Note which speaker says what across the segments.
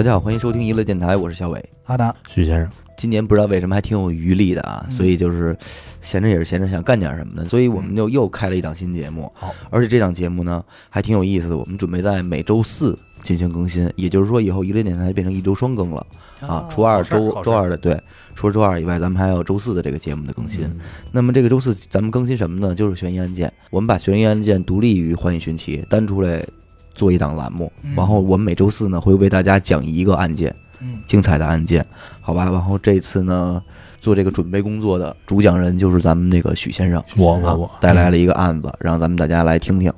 Speaker 1: 大家好，欢迎收听娱乐电台，我是小伟。
Speaker 2: 阿达，
Speaker 3: 徐先生，
Speaker 1: 今年不知道为什么还挺有余力的啊，
Speaker 2: 嗯
Speaker 1: 所以就是闲着也是闲着，想干点什么的，所以我
Speaker 3: 嗯
Speaker 1: 们就又开了一档新节目。
Speaker 2: 好
Speaker 1: 而且这档节目呢还挺有意思的，我们准备在每周四进行更新，也就是说以后娱乐电台变成一周双更了啊。除二
Speaker 3: 哦好事儿
Speaker 1: 周
Speaker 3: 好事
Speaker 1: 周
Speaker 3: 儿
Speaker 1: 二的对，除了周二以外，咱们还有周四的这个节目的更新。
Speaker 3: 嗯
Speaker 1: 那么这个周四咱们更新什么呢？就是悬疑案件，我们把悬疑案件独立于《幻影寻奇》单出来做一档栏目，
Speaker 2: 嗯
Speaker 1: 然后我们每周四呢会为大家讲一个案件。
Speaker 2: 嗯，
Speaker 1: 精彩的案件，好吧？然后这次呢，做这个准备工作的主讲人就是咱们那个许先生，
Speaker 3: 我
Speaker 1: 啊
Speaker 3: 我我
Speaker 1: 带来了一个案子，让咱们大家来听听。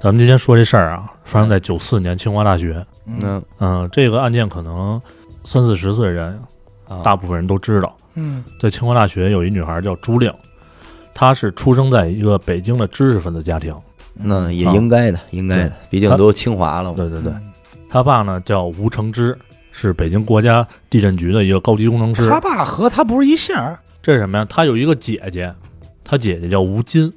Speaker 3: 咱们今天说这事儿啊，
Speaker 1: 嗯
Speaker 3: 发生在九四年清华大学。
Speaker 1: 那
Speaker 3: 嗯、这个案件可能三四十岁的人，
Speaker 1: 啊
Speaker 3: 大部分人都知道，
Speaker 2: 嗯
Speaker 3: 在清华大学有一女孩叫朱令，她是出生在一个北京的知识分子家庭。
Speaker 1: 那也应该的，应该的，毕竟都清华了嘛。
Speaker 3: 对对对，
Speaker 2: 嗯
Speaker 3: 她爸呢叫吴承之，是北京国家地震局的一个高级工程师。
Speaker 2: 他爸和他不是一姓儿，
Speaker 3: 这是什么呀？她有一个姐姐，她姐姐叫吴金。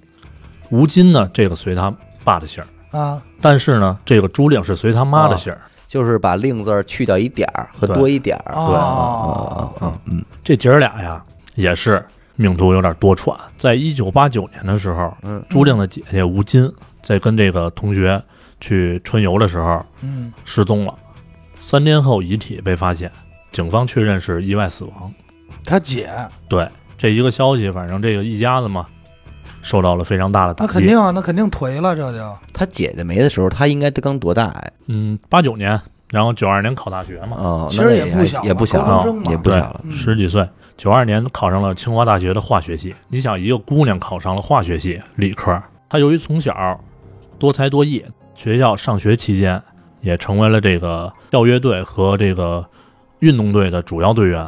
Speaker 3: 吴金呢，这个随她爸的姓儿，
Speaker 2: 啊，
Speaker 3: 但是呢，这个朱令是随她
Speaker 1: 啊
Speaker 3: 妈的姓儿。
Speaker 1: 就是把“令”字儿去掉一点儿和多一点儿。对，
Speaker 2: 哦
Speaker 1: 啊啊啊嗯
Speaker 3: 这姐儿俩呀，也是命途有点多舛。在一九八九年的时候，
Speaker 1: 嗯
Speaker 3: 朱令的姐姐吴金在跟这个同学去春游的时候
Speaker 2: 嗯
Speaker 3: 失踪了，三天后遗体被发现，警方确认是意外死亡。
Speaker 2: 他姐，
Speaker 3: 对这一个消息，反正这个一家子嘛，受到了非常大的打
Speaker 2: 那肯
Speaker 3: 击。
Speaker 2: 定啊，那肯定颓了，这就
Speaker 1: 他姐姐没的时候，他应该刚多大呀？
Speaker 3: 嗯，八九年，然后九二年考大学嘛，
Speaker 1: 哦，
Speaker 2: 其实
Speaker 1: 那
Speaker 2: 也不小
Speaker 1: 还也不小
Speaker 3: 高中
Speaker 2: 生
Speaker 1: 了，
Speaker 2: 嘛
Speaker 1: 也不小了。
Speaker 2: 嗯
Speaker 3: 十几岁。九二年考上了清华大学的化学系。你想，一个姑娘考上了化学系理科，她由于从小多才多艺，学校上学期间也成为了这个校乐队和这个运动队的主要队员。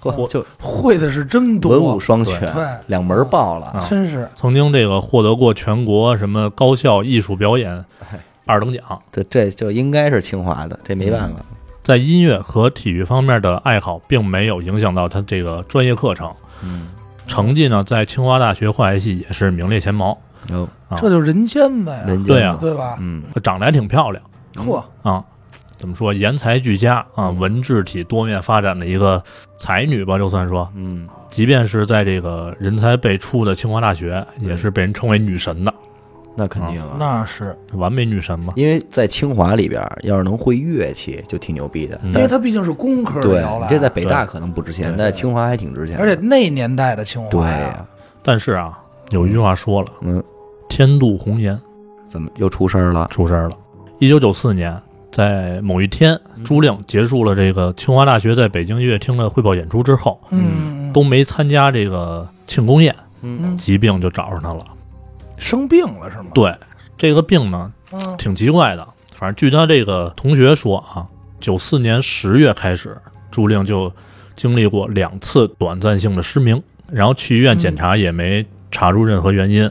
Speaker 1: 呵，就
Speaker 2: 会的是真
Speaker 1: 文武
Speaker 2: 多，
Speaker 1: 双全，
Speaker 2: 对
Speaker 1: 两门儿爆了。
Speaker 3: 啊
Speaker 2: 真是
Speaker 3: 曾经这个获得过全国什么高校艺术表演
Speaker 1: 哎
Speaker 3: 二等奖。
Speaker 1: 这这就应该是清华的，这没办法。
Speaker 3: 在音乐和体育方面的爱好，并没有影响到他这个专业课程
Speaker 1: 嗯，
Speaker 3: 成绩呢，在清华大学化学系也是名列前茅。
Speaker 1: 有
Speaker 3: 啊
Speaker 2: 这就是人间的呀，
Speaker 1: 人嗯家
Speaker 3: 对啊
Speaker 2: 对吧？
Speaker 1: 嗯，
Speaker 3: 长得还挺漂亮。
Speaker 2: 嚯，
Speaker 3: 啊，怎么说颜才俱佳啊，文治体多面发展的一个才女吧，就算说，
Speaker 1: 嗯，
Speaker 3: 即便是在这个人才辈出的清华大学，也是被人称为女神的，
Speaker 1: 那肯定啊，
Speaker 2: 那是，
Speaker 3: 完美女神嘛。
Speaker 1: 因为在清华里边儿，要是能会乐器就挺牛逼的。
Speaker 3: 嗯
Speaker 2: 因
Speaker 1: 但
Speaker 2: 为他毕竟是工科的
Speaker 1: 对
Speaker 2: 摇篮，
Speaker 1: 你这在北大可能不值钱，
Speaker 3: 对
Speaker 1: 但在清华还挺值钱的。
Speaker 2: 而且那年代的清华，
Speaker 1: 对呀，
Speaker 3: 但是啊，有一句话说了，
Speaker 1: 嗯，
Speaker 3: 天妒红颜，
Speaker 1: 怎么又出事儿了？
Speaker 3: 出事儿了。一九九四年，在某一天，朱令结束了这个清华大学在北京音乐厅的汇报演出之后，
Speaker 2: 嗯，嗯，
Speaker 3: 都没参加这个庆功宴，
Speaker 2: 嗯
Speaker 3: 疾病就找上他了。
Speaker 2: 生病了是吗？
Speaker 3: 对，这个病呢，
Speaker 2: 嗯，
Speaker 3: 挺奇怪的。反正据他这个同学说啊，九四年十月开始，朱令就经历过两次短暂性的失明，然后去医院检查也没查出任何原因。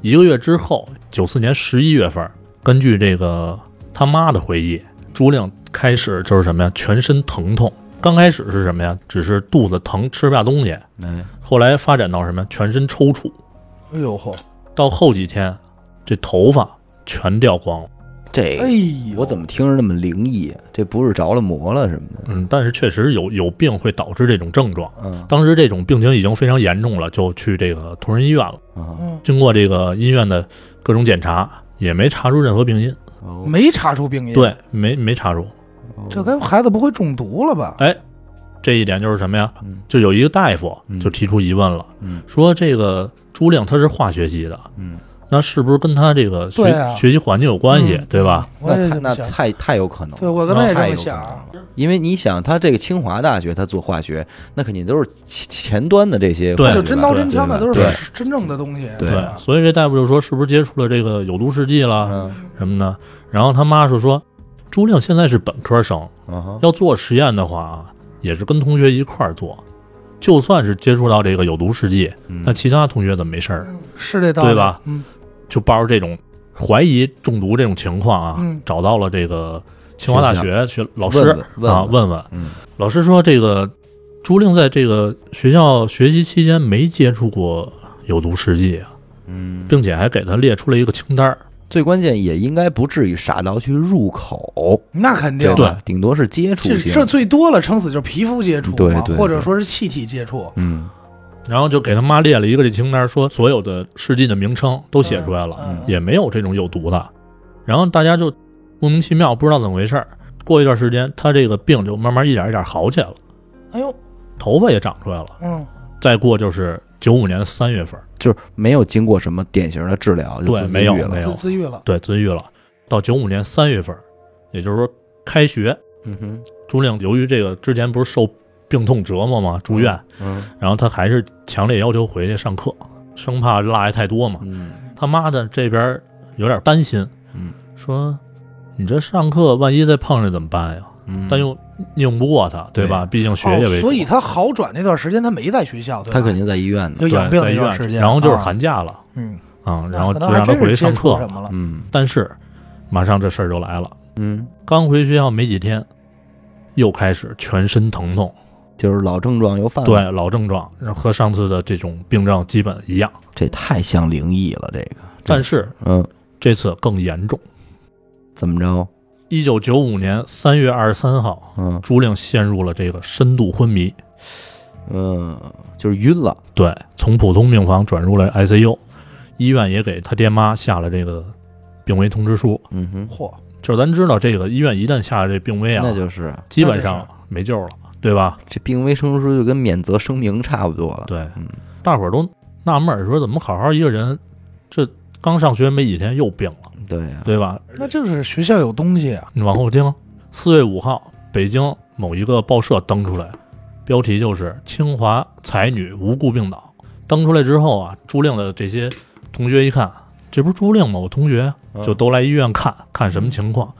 Speaker 3: 一个月之后，九四年十一月份，根据这个他妈的回忆，朱令开始就是什么呀，全身疼痛。刚开始是什么呀？只是肚子疼，吃不下东西。
Speaker 1: 哎，
Speaker 3: 后来发展到什么呀？全身抽搐。
Speaker 2: 哎呦嚯，
Speaker 3: 到后几天，这头发全掉光了。
Speaker 2: 哎
Speaker 1: 这
Speaker 2: 呦，
Speaker 1: 我怎么听着那么灵异？这不是着了魔了什么的？
Speaker 3: 嗯，但是确实有有病会导致这种症状。
Speaker 1: 嗯
Speaker 3: 当时这种病情已经非常严重了，就去这个同仁医院了。
Speaker 1: 啊，
Speaker 2: 嗯
Speaker 3: 经过这个医院的各种检查，也没查出任何病因。
Speaker 1: 哦
Speaker 2: 没查出病因？，
Speaker 3: 对，没没查出。
Speaker 2: 这该孩子不会中毒了吧？
Speaker 3: 哎，这一点就是什么呀
Speaker 1: 嗯？
Speaker 3: 就有一个大夫
Speaker 1: 嗯
Speaker 3: 就提出疑问了，
Speaker 1: 嗯
Speaker 3: 说这个朱令他是化学系的，
Speaker 1: 嗯，
Speaker 3: 那是不是跟他这个学、
Speaker 2: 对啊
Speaker 3: 学习环境有关系，
Speaker 2: 嗯
Speaker 3: 对吧？？
Speaker 2: 我也
Speaker 1: 那
Speaker 2: 这
Speaker 1: 太
Speaker 2: 么
Speaker 1: 那
Speaker 2: 想。
Speaker 1: 太太有可能
Speaker 2: 对，
Speaker 1: 了。
Speaker 2: 我刚才也这
Speaker 1: 太
Speaker 2: 么
Speaker 1: 有可能
Speaker 2: 想
Speaker 1: 了。，因为你想，他这个清华大学，他做化学，那肯定都是前前端的这些
Speaker 3: 对
Speaker 1: 化学
Speaker 2: 就
Speaker 1: 吧，
Speaker 2: 真刀真枪的
Speaker 1: 对
Speaker 2: 都
Speaker 1: 对
Speaker 2: 是真正的东西。
Speaker 1: 对啊
Speaker 2: 是
Speaker 3: 对
Speaker 2: 吧，
Speaker 3: 所以这大夫就说是不是接触了这个有毒试剂啦
Speaker 1: 嗯
Speaker 3: 什么的？然后他妈就说，朱令现在是本科生，
Speaker 1: 嗯哼
Speaker 3: 要做实验的话啊，也是跟同学一块儿做。就算是接触到这个有毒试剂，
Speaker 1: 嗯
Speaker 3: 那其他同学怎么没事儿？
Speaker 2: 是这道理
Speaker 3: 对吧？
Speaker 2: 嗯
Speaker 3: 就抱着这种怀疑中毒这种情况啊，
Speaker 2: 嗯
Speaker 3: 找到了这个清华大学学老师
Speaker 1: 问问
Speaker 3: 啊，
Speaker 1: 问
Speaker 3: 问问
Speaker 1: 嗯
Speaker 3: 老师说，这个朱令在这个学校学习期间没接触过有毒试剂啊，
Speaker 1: 嗯
Speaker 3: 并且还给他列出了一个清单儿，
Speaker 1: 最关键也应该不至于傻到去入口，
Speaker 2: 那肯定
Speaker 1: 对，吧？顶多是接触
Speaker 2: 这
Speaker 1: 性。
Speaker 2: 这最多了，撑死就是皮肤接触嘛，
Speaker 1: 对对对
Speaker 2: 或者说是气体接触，
Speaker 1: 嗯，
Speaker 3: 然后就给他妈列了一个这清单，说所有的试剂的名称都写出来了，
Speaker 2: 嗯嗯
Speaker 3: 也没有这种有毒的。然后大家就莫名其妙，不知道怎么回事儿。过一段时间，他这个病就慢慢一点一点好起来了，
Speaker 2: 哎呦，
Speaker 3: 头发也长出来了。
Speaker 2: 嗯，
Speaker 3: 再过就是九五年三月份，
Speaker 1: 就是没有经过什么典型的治疗，就
Speaker 3: 对
Speaker 1: 自自
Speaker 3: 没有
Speaker 1: 愈了
Speaker 3: 没有
Speaker 2: 自自愈了，
Speaker 3: 对，自愈了。到九五年三月份，也就是说开学，
Speaker 1: 嗯哼，
Speaker 3: 朱令由于这个之前不是受病痛折磨嘛，住院，
Speaker 1: 嗯
Speaker 3: 然后他还是强烈要求回去上课，生怕落下太多嘛。
Speaker 1: 嗯
Speaker 3: 他妈的这边有点担心，
Speaker 1: 嗯，
Speaker 3: 说你这上课万一再碰上怎么办呀？
Speaker 1: 嗯，
Speaker 3: 但又拧不过他，对吧？毕竟学业为
Speaker 2: 哦，
Speaker 3: 主，
Speaker 2: 所以他好转那段时间他没在学校，对吧？
Speaker 1: 他肯定在医院呢
Speaker 2: 就。养病
Speaker 3: 对在
Speaker 2: 那
Speaker 3: 医
Speaker 2: 段
Speaker 3: 院
Speaker 2: 时
Speaker 3: 去，
Speaker 2: 间，
Speaker 3: 然后就是
Speaker 2: 啊，
Speaker 3: 寒假了
Speaker 2: 嗯，
Speaker 3: 啊，然后
Speaker 2: 可
Speaker 3: 就
Speaker 2: 能还
Speaker 3: 让他
Speaker 2: 真
Speaker 3: 回去
Speaker 2: 是接
Speaker 3: 上
Speaker 2: 触
Speaker 3: 课
Speaker 2: 什。么了，
Speaker 1: 嗯
Speaker 3: 但是马上这事儿就来了，
Speaker 1: 嗯，
Speaker 3: 刚回学校没几天，又开始全身疼痛，
Speaker 1: 就是老症状又
Speaker 2: 嗯
Speaker 1: 犯了。
Speaker 3: 对，老症状，然后和上次的这种病症基本一样，
Speaker 1: 这太像灵异了，这个。
Speaker 3: 但是
Speaker 1: 嗯，
Speaker 3: 这次更严重。
Speaker 1: 怎么着？
Speaker 3: 一九九五年三月二十三号，
Speaker 1: 嗯
Speaker 3: 朱令陷入了这个深度昏迷，
Speaker 1: 嗯，就是晕了。
Speaker 3: 对，从普通病房转入了 ICU，医院也给他爹妈下了这个病危通知书。
Speaker 1: 嗯哼，
Speaker 2: 嚯，
Speaker 3: 就是咱知道，这个医院一旦下了这病危啊
Speaker 1: 那，就是
Speaker 3: 基本上没救了，对吧？
Speaker 1: 这病危通知书就跟免责声明差不多了。
Speaker 3: 对
Speaker 1: 嗯，
Speaker 3: 大伙儿都纳闷儿，说怎么好好一个人，这刚上学没几天又病了，
Speaker 1: 对呀，
Speaker 3: 对吧？
Speaker 2: 那就是学校有东西啊，
Speaker 3: 你往后听，四月五号，北京某一个报社登出来，标题就是“清华才女无故病倒”。登出来之后啊，朱令的这些同学一看，这不是朱令吗？我同学啊
Speaker 1: 嗯
Speaker 3: 就都来医院看看什么情况，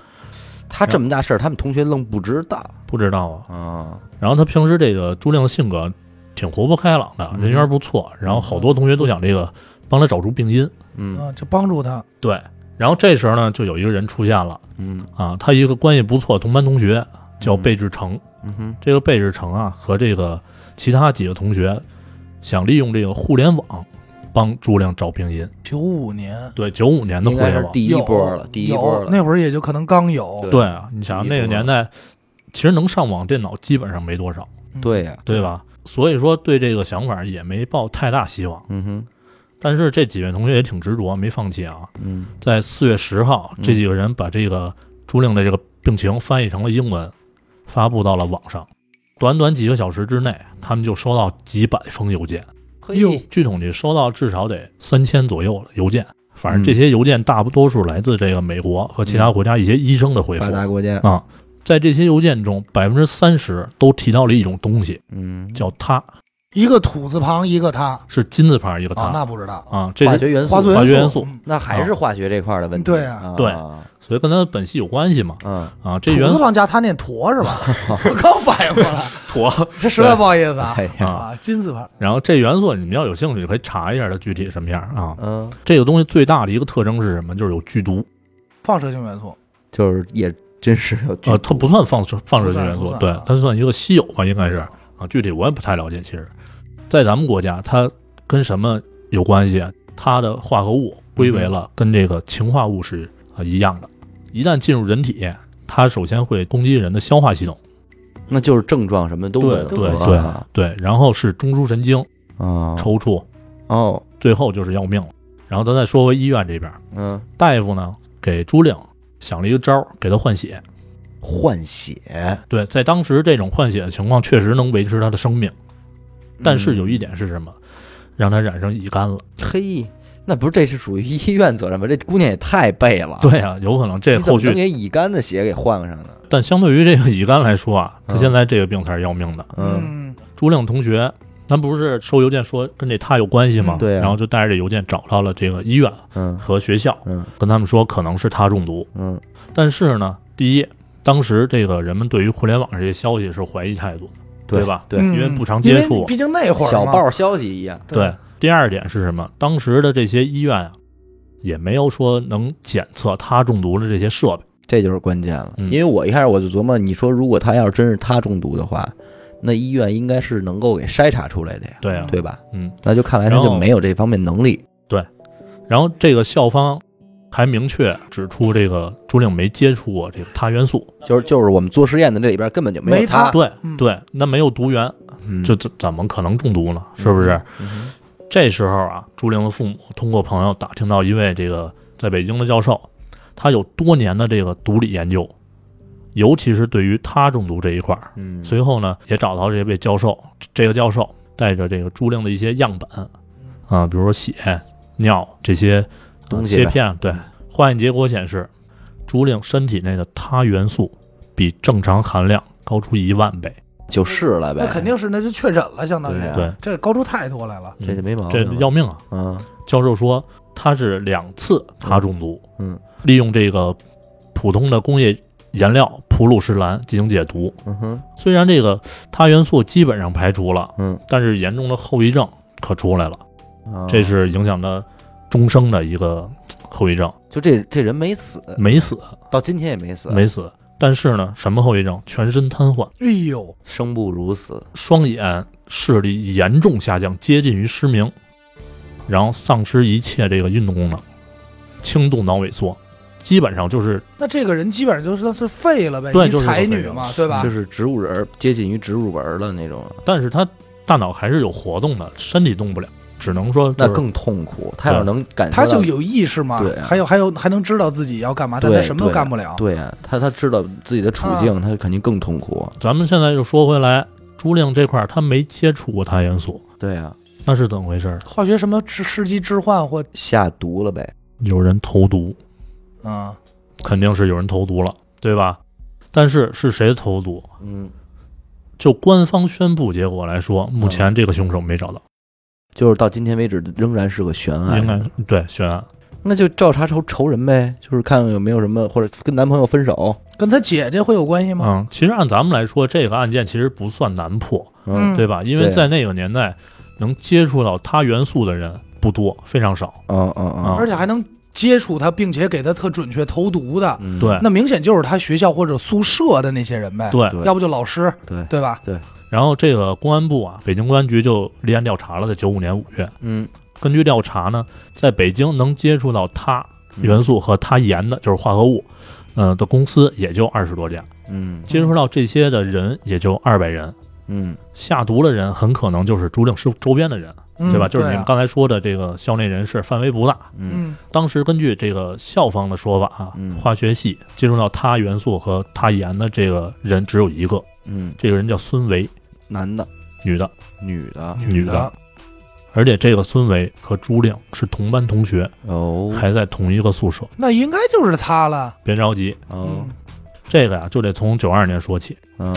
Speaker 1: 他这么大事儿，他们同学愣不知道
Speaker 3: 不知道啊。
Speaker 1: 啊。
Speaker 3: 然后他平时这个朱令的性格挺活泼开朗的，
Speaker 1: 嗯
Speaker 3: 人缘不错，然后好多同学都想这个帮他找出病因。
Speaker 1: 嗯
Speaker 2: 啊，就帮助他，
Speaker 3: 对，然后这时候呢，就有一个人出现了
Speaker 1: 嗯
Speaker 3: 啊，他一个关系不错的同班同学叫
Speaker 1: 嗯
Speaker 3: 贝志成。
Speaker 1: 嗯哼，
Speaker 3: 这个贝志成啊和这个其他几个同学想利用这个互联网帮朱亮找病因。
Speaker 2: 九五年
Speaker 3: 对，九五年的
Speaker 1: 应
Speaker 3: 互
Speaker 1: 该
Speaker 3: 联
Speaker 1: 是
Speaker 3: 网，
Speaker 1: 第一波了，
Speaker 2: 有
Speaker 1: 第一波
Speaker 2: 有
Speaker 1: 了。
Speaker 2: 那会儿也就可能刚有，
Speaker 3: 对啊，你想
Speaker 1: 第一
Speaker 3: 那个
Speaker 1: 波
Speaker 3: 年代，其实能上网电脑基本上没多少，
Speaker 2: 嗯
Speaker 1: 对呀，
Speaker 3: 对吧？所以说对这个想法也没抱太大希望。
Speaker 1: 嗯哼，
Speaker 3: 但是这几位同学也挺执着，没放弃啊。
Speaker 1: 嗯
Speaker 3: 在四月十号，这几个人把这个朱令的这个病情翻译成了英文，发布到了网上。短短几个小时之内，他们就收到几百封邮件。
Speaker 1: 嘿，
Speaker 3: 据统计，收到至少得三千左右邮件，反正
Speaker 1: 嗯
Speaker 3: 这些邮件大多数来自这个美国和其他国家一些医生的回复
Speaker 1: 发达国家，
Speaker 3: 啊。在这些邮件中，百分之三十都提到了一种东西，
Speaker 1: 嗯，
Speaker 3: 叫它，
Speaker 2: 一个土字旁，一个他
Speaker 3: 是金字旁一个
Speaker 1: 哦
Speaker 2: 啊，
Speaker 3: 它
Speaker 2: 那不知道，
Speaker 3: 啊，这
Speaker 1: 化
Speaker 3: 是
Speaker 1: 学元素
Speaker 2: 化，
Speaker 3: 化学元
Speaker 2: 元
Speaker 3: 素
Speaker 2: 嗯
Speaker 1: 那还是化学这块儿的问题。
Speaker 2: 对
Speaker 1: 啊
Speaker 2: 啊，
Speaker 3: 对所以跟它的本系有关系嘛
Speaker 1: 嗯，
Speaker 3: 啊。这元
Speaker 2: 土字
Speaker 3: 素
Speaker 2: 旁加他念驼是 吧？我刚反应过来，
Speaker 3: 妥
Speaker 2: 这实在不好意思啊
Speaker 1: 哎呀，
Speaker 3: 啊，
Speaker 2: 啊，金字旁，
Speaker 3: 然后这元素你们要有兴趣可以查一下它具体什么样啊。
Speaker 1: 嗯，
Speaker 3: 这个东西最大的一个特征是什么？就是有剧毒，
Speaker 2: 放射性元素，
Speaker 1: 就是也真是有剧
Speaker 3: 呃，
Speaker 1: 毒
Speaker 3: 它不算放射放射性元素
Speaker 2: 不，算
Speaker 3: 对
Speaker 2: 啊，
Speaker 3: 它算一个稀有吧，应该是啊，具体我也不太了解。其实，在咱们国家，它跟什么有关系啊？它的化合物归为了跟这个氰化物是啊一样的，一旦进入人体，它首先会攻击人的消化系统，
Speaker 1: 那就是症状什么都吻
Speaker 3: 对
Speaker 1: 合
Speaker 3: 对
Speaker 1: 啊
Speaker 3: 对，然后是中枢神经
Speaker 1: 啊，
Speaker 3: 抽搐，
Speaker 1: 哦，
Speaker 3: 最后就是要命了。然后咱再说回医院这边，
Speaker 1: 嗯，
Speaker 3: 大夫呢给朱令想了一个招儿，给他换血。
Speaker 1: 换血，
Speaker 3: 对，在当时这种换血的情况，确实能维持他的生命。但是有一
Speaker 1: 点。
Speaker 3: 点是什么？让他染上乙肝了。
Speaker 1: 嗯嘿，那不是这是属于医院责任吧？这姑娘也太背了，，
Speaker 3: 对啊，有可能这
Speaker 1: 你怎
Speaker 3: 后
Speaker 1: 么能
Speaker 3: 续。
Speaker 1: 给乙肝的血给换上呢？
Speaker 3: 但相对于这个乙肝来说啊，他
Speaker 1: 嗯
Speaker 3: 现在这个病才是要命的。
Speaker 1: 嗯，
Speaker 2: 嗯，
Speaker 3: 朱令同学，咱不是收邮件说跟这他有关系吗？
Speaker 1: 嗯对啊
Speaker 3: 然后就带着这邮件找到了这个医院
Speaker 1: 嗯
Speaker 3: 和学校，
Speaker 1: 嗯
Speaker 3: 跟他们说可能是他中毒。
Speaker 1: 嗯
Speaker 3: 但是呢，第一，当时这个人们对于互联网这些消息是怀疑态度的，对吧
Speaker 1: 对，
Speaker 2: 嗯
Speaker 3: 因为不常接触
Speaker 2: 因为毕竟那会儿嘛
Speaker 1: 小报消息一样，
Speaker 3: 对，第二点是什么？当时的这些医院啊，也没有说能检测他中毒的这些设备。
Speaker 1: 这就是关键了。
Speaker 3: 嗯
Speaker 1: 因为我一开始我就琢磨，你说如果他要真是他中毒的话，那医院应该是能够给筛查出来的呀，
Speaker 3: 对啊，
Speaker 1: 对吧？
Speaker 3: 嗯。
Speaker 1: 那就看来他
Speaker 3: 然
Speaker 1: 就
Speaker 3: 后
Speaker 1: 没有这方面能力。
Speaker 3: 然后这个校方还明确指出这个朱令没接触过这个他元素。
Speaker 1: 就是就是我们做实验的这里边根本就有
Speaker 2: 没
Speaker 1: 他
Speaker 2: 他，
Speaker 3: 对
Speaker 2: 嗯
Speaker 3: 对，那没有毒源，
Speaker 1: 嗯
Speaker 3: 这怎怎么可能中毒呢？是不是？
Speaker 1: 嗯哼
Speaker 3: 这时候啊，朱玲的父母通过朋友打听到一位这个在北京的教授，他有多年的这个毒理研究，尤其是对于他中毒这一块儿。
Speaker 1: 嗯，
Speaker 3: 随后呢，也找到这位教授，这个教授带着这个朱令的一些样本，
Speaker 1: 嗯
Speaker 3: 啊、比如说血、尿这些、呃
Speaker 1: 东西呗嗯
Speaker 3: 切片，对，化验结果显示，朱令身体内的他元素比正常含量高出一万倍，
Speaker 1: 就是了呗，
Speaker 2: 那肯定是那是确诊了，相当于
Speaker 1: 对啊
Speaker 3: 对，
Speaker 2: 这高出太多来了。
Speaker 3: 嗯
Speaker 1: 这就没毛
Speaker 3: 这
Speaker 1: 病了，
Speaker 3: 要命啊！
Speaker 1: 嗯
Speaker 3: 教授说他是两次他中毒，
Speaker 1: 嗯，
Speaker 3: 利用这个普通的工业颜料普鲁士蓝进行解毒。
Speaker 1: 嗯哼，
Speaker 3: 虽然这个他元素基本上排除了，
Speaker 1: 嗯，
Speaker 3: 但是严重的后遗症可出来了，
Speaker 1: 啊
Speaker 3: 这是影响他终生的一个呃后遗症。
Speaker 1: 就这这人没死，
Speaker 3: 没死，
Speaker 1: 到今天也没死，
Speaker 3: 嗯没死，但是呢，什么后遗症？全身瘫痪，
Speaker 2: 哎呦，
Speaker 1: 生不如死，
Speaker 3: 双眼视力严重下降，接近于失明，然后丧失一切这个运动功能，轻度脑萎缩，基本上就是
Speaker 2: 那这个人基本上就是他是废了呗，
Speaker 3: 对
Speaker 2: 一
Speaker 3: 就是
Speaker 2: 才
Speaker 3: 废
Speaker 2: 女
Speaker 3: 了
Speaker 2: 嘛，对吧
Speaker 1: 就？是植物人儿接近于植物人儿了那种了，
Speaker 3: 但是他大脑还是有活动的，身体动不了，只能说、就是、
Speaker 1: 那更痛苦。他要是
Speaker 3: 对
Speaker 1: 能感受
Speaker 2: 他
Speaker 1: 到，
Speaker 2: 就有意识嘛
Speaker 1: 对，啊
Speaker 2: 还有还有还能知道自己要干嘛，但
Speaker 1: 对
Speaker 2: 他什么都
Speaker 1: 对
Speaker 2: 干不了。
Speaker 1: 对啊，他他知道自己的处境，他肯定更痛苦。
Speaker 3: 咱们现在就说回来，朱令这块儿他没接触过碳元素，
Speaker 1: 对啊，
Speaker 3: 那是怎么回事儿？
Speaker 2: 化学什么制试剂置换或
Speaker 1: 下毒了呗。
Speaker 3: 有人投毒，
Speaker 2: 啊，
Speaker 3: 肯定是有人投毒了，对吧？但是是谁投毒？
Speaker 1: 嗯，
Speaker 3: 就官方宣布结果来说，目前这个凶手没找到，
Speaker 1: 就是到今天为止仍然是个悬
Speaker 3: 应
Speaker 1: 案。
Speaker 3: 该对悬案。
Speaker 1: 那就照查仇仇人呗，就是看看有没有什么，或者跟男朋友分手。
Speaker 2: 跟他姐姐会有关系吗？
Speaker 3: 嗯，其实按咱们来说，这个案件其实不算难破，
Speaker 1: 嗯
Speaker 2: 嗯
Speaker 3: 对吧？因为
Speaker 1: 对
Speaker 3: 在那个年代，能接触到他元素的人不多，非常少。
Speaker 1: 嗯嗯嗯
Speaker 3: 啊
Speaker 2: 而且还能接触他，并且给他特准确投毒的，
Speaker 1: 嗯，
Speaker 3: 对
Speaker 2: 那明显就是他学校或者宿舍的那些人呗，
Speaker 3: 对，
Speaker 1: 对
Speaker 2: 要不就老师，
Speaker 1: 对，
Speaker 2: 对吧？
Speaker 3: 然后这个公安部啊，北京公安局就立案调查了，在九五年五月。
Speaker 1: 嗯，
Speaker 3: 根据调查呢，在北京能接触到它元素和它盐的，就是化合物，呃的公司也就二十多家，
Speaker 1: 嗯
Speaker 3: 接触到这些的人也就二百人，
Speaker 1: 嗯
Speaker 3: 下毒的人很可能就是朱令市周边的人，
Speaker 2: 嗯
Speaker 3: 对吧？就是你
Speaker 2: 对
Speaker 3: 们
Speaker 2: 啊
Speaker 3: 刚才说的这个校内人士范围不大。
Speaker 1: 嗯
Speaker 2: 嗯，
Speaker 3: 当时根据这个校方的说法啊
Speaker 1: 嗯，
Speaker 3: 化学系接触到它元素和它盐的这个人只有一个，
Speaker 1: 嗯，
Speaker 3: 这个人叫孙维，
Speaker 1: 男的、
Speaker 3: 女的。
Speaker 1: 女的，
Speaker 3: 女的，
Speaker 2: 嗯
Speaker 3: 而且这个孙伟和朱令是同班同学，
Speaker 1: 哦
Speaker 3: 还在同一个宿舍。
Speaker 2: 那应该就是他了。嗯
Speaker 3: 别着急，
Speaker 1: 哦，
Speaker 3: 这个呀、就得从九二年说起。
Speaker 1: 嗯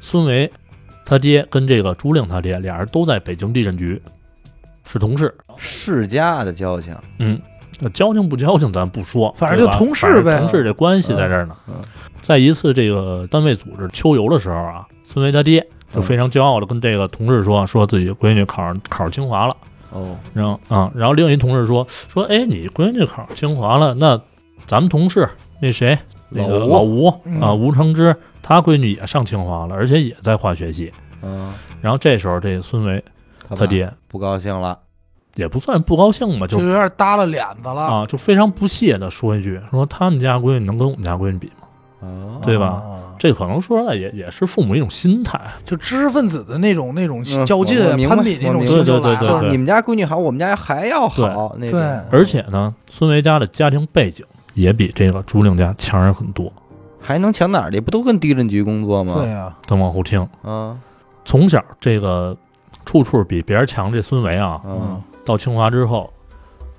Speaker 3: 孙维他爹跟这个朱令他爹俩人都在北京地震局，是同事。
Speaker 1: 世家的交情，
Speaker 3: 嗯，那交情不交情咱不说，
Speaker 2: 反正就
Speaker 3: 对吧
Speaker 2: 同事
Speaker 3: 反正
Speaker 2: 呗
Speaker 3: 同事这关系在这儿呢
Speaker 1: 嗯嗯。
Speaker 3: 在一次这个单位组织秋游的时候啊，孙维他爹就
Speaker 2: 嗯
Speaker 3: 非常骄傲的跟这个同事说，说自己闺女考上考上清华了。
Speaker 1: 哦，
Speaker 3: 然后啊、然后另一同事说说，哎，你闺女考上清华了，那咱们同事那谁那个
Speaker 1: 老
Speaker 3: 老吴啊、
Speaker 2: 嗯
Speaker 3: 吴承之，他闺女也上清华了，而且也在化学系。
Speaker 1: 嗯，
Speaker 3: 然后这时候这孙维
Speaker 1: 他
Speaker 3: 他
Speaker 1: 爸
Speaker 3: 爹
Speaker 1: 不高兴了，
Speaker 3: 也不算不高兴吧，
Speaker 2: 就
Speaker 3: 就
Speaker 2: 有点耷拉脸子了，
Speaker 3: 啊就非常不屑的说一句，说他们家闺女能跟我们家闺女比吗？
Speaker 1: 哦，
Speaker 3: 对吧
Speaker 2: 啊
Speaker 3: 这可能说实在也也是父母一种心态，
Speaker 2: 就知识分子的那种那种
Speaker 1: 嗯
Speaker 2: 较劲
Speaker 1: 我我、明白
Speaker 2: 攀比那种
Speaker 1: 我明白
Speaker 2: 心就来
Speaker 3: 对对对
Speaker 2: 了。
Speaker 1: 啊你们家闺女好，我们家还要好，那种
Speaker 2: 对
Speaker 3: 而且呢，孙维家的家庭背景也比这个朱令家强人很多。
Speaker 1: 还能抢哪儿去？不都跟地震局工作
Speaker 2: 对啊
Speaker 1: 吗？
Speaker 2: 呀，
Speaker 3: 咱往后听，
Speaker 1: 嗯
Speaker 3: 从小这个处处比别人强，这孙维啊，
Speaker 1: 嗯，
Speaker 3: 到清华之后，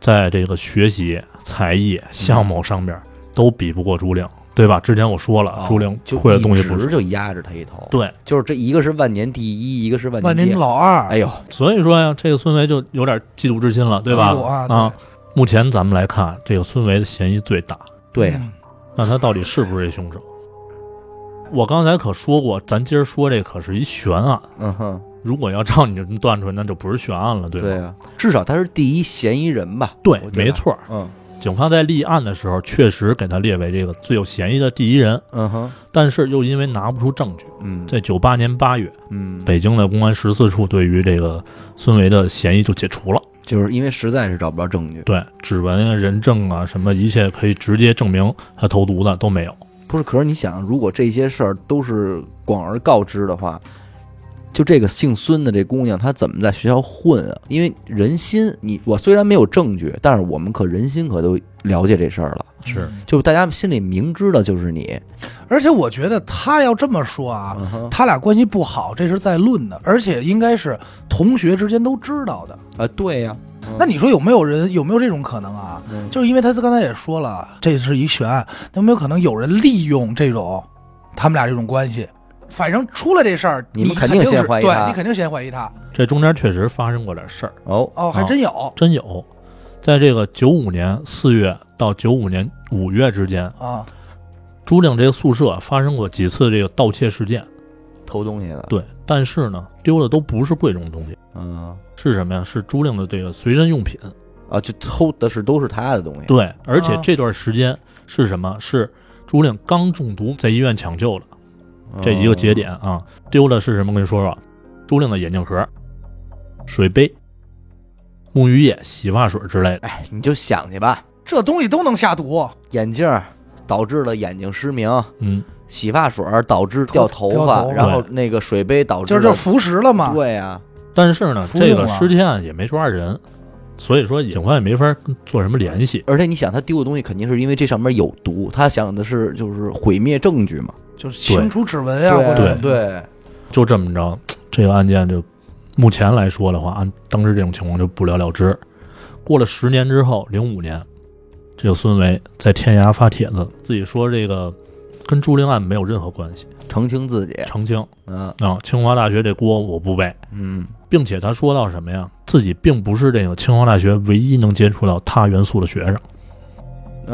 Speaker 3: 在这个学习、才艺、
Speaker 1: 嗯
Speaker 3: 项目上面都比不过朱令，对吧？之前我说了
Speaker 1: 哦，
Speaker 3: 朱令
Speaker 1: 就
Speaker 3: 会的东西不
Speaker 1: 一直
Speaker 3: 是
Speaker 1: 就压着他一头，，
Speaker 3: 对，
Speaker 1: 就是这一个是万年第一，一个是万
Speaker 2: 嗯万
Speaker 1: 年
Speaker 2: 年
Speaker 1: 第二，
Speaker 2: 老二，
Speaker 1: 哎呦，
Speaker 3: 所以说呀，这个孙维就有点嫉妒之心了，对吧
Speaker 2: 嫉妒？啊对
Speaker 3: 啊，目前咱们来看，这个孙维的嫌疑最大，
Speaker 1: 对啊呀，
Speaker 2: 嗯
Speaker 3: 那他到底是不是这凶手？我刚才可说过，咱今儿说这可是一悬案。
Speaker 1: 嗯哼，
Speaker 3: 如果要照你这么断出来，那就不是悬案了，对吧？
Speaker 1: 对呀，至少他是第一嫌疑人吧？
Speaker 3: 对
Speaker 1: 我觉得
Speaker 3: 没，错儿。
Speaker 1: 嗯
Speaker 3: 警方在立案的时候，确实给他列为这个最有嫌疑的第一人，
Speaker 1: 嗯哼，
Speaker 3: 但是又因为拿不出证据，
Speaker 1: 嗯，
Speaker 3: 在九八年八月，
Speaker 1: 嗯
Speaker 3: 北京的公安十四处对于这个孙维的嫌疑就解除了。
Speaker 1: 就是因为实在是找不着证据，
Speaker 3: 对，指纹啊、人证啊，什么一切可以直接证明他投毒的都没有。
Speaker 1: 不是？可是你想，如果这些事儿都是广而告之的话，就这个姓孙的这姑娘，她怎么在学校混啊？因为人心，你我虽然没有证据，但是我们可人心可都了解这事儿了，
Speaker 3: 是，
Speaker 1: 就大家心里明知道就是你，
Speaker 2: 而且我觉得他要这么说啊，
Speaker 1: 嗯哼
Speaker 2: 他俩关系不好，这是在论的，而且应该是同学之间都知道的。
Speaker 1: 啊，对呀、
Speaker 2: 那你说有没有人有没有这种可能啊？
Speaker 1: 嗯
Speaker 2: 就是因为他刚才也说了，这是一悬案，有没有可能有人利用这种他们俩这种关系？反正出了这事儿，
Speaker 1: 你
Speaker 2: 你
Speaker 1: 们肯定
Speaker 2: 是
Speaker 1: 先怀疑他
Speaker 2: 对你肯定先怀疑他。
Speaker 3: 这中间确实发生过点事儿，
Speaker 1: 哦，
Speaker 2: 哦，还真有
Speaker 3: 真有。在这个九五年四月到九五年五月之间，
Speaker 1: 嗯
Speaker 2: 啊，
Speaker 3: 朱令这个宿舍发生过几次这个盗窃事件。
Speaker 1: 偷东西的，
Speaker 3: 对，但是呢，丢的都不是贵重东西，
Speaker 1: 嗯
Speaker 3: 是什么呀？是朱令的这个随身用品。
Speaker 1: 啊，就偷的是都是他的东西，
Speaker 3: 对，而
Speaker 2: 哦
Speaker 3: 且这段时间是什么？是朱令刚中毒，在医院抢救了，这一个节点
Speaker 2: 哦
Speaker 3: 啊，丢了是什么？跟你说说，朱令的眼镜盒、水杯、沐浴液、洗发水之类的。
Speaker 1: 哎，你就想去吧，
Speaker 2: 这东西都能下毒，
Speaker 1: 眼镜儿导致了眼睛失明，
Speaker 3: 嗯，
Speaker 1: 洗发水儿导致掉头
Speaker 2: 掉
Speaker 1: 发，
Speaker 2: 头发
Speaker 1: 然后那个水杯导致
Speaker 2: 就是就是服食了嘛。
Speaker 1: 对呀、
Speaker 3: 但是呢，
Speaker 2: 服用
Speaker 3: 这个
Speaker 2: 了
Speaker 3: 尸体案也没抓人，所以说警方也没法跟做什么联系。
Speaker 1: 而且你想，他丢的东西肯定是因为这上面有毒，他想的是就是毁灭证据嘛，
Speaker 2: 就是清除指纹啊，或
Speaker 1: 对
Speaker 2: 者
Speaker 1: 啊对，
Speaker 3: 就这么着，这个案件就目前来说的话，按当时这种情况就不了了之。过了十年之后，零五年，这个孙维在天涯发帖子，自己说这个跟朱令案没有任何关系，
Speaker 1: 澄清自己，
Speaker 3: 澄清
Speaker 1: 嗯
Speaker 3: 啊，清华大学这锅我不背，
Speaker 1: 嗯，
Speaker 3: 并且他说到什么呀，自己并不是这个清华大学唯一能接触到他元素的学生，嗯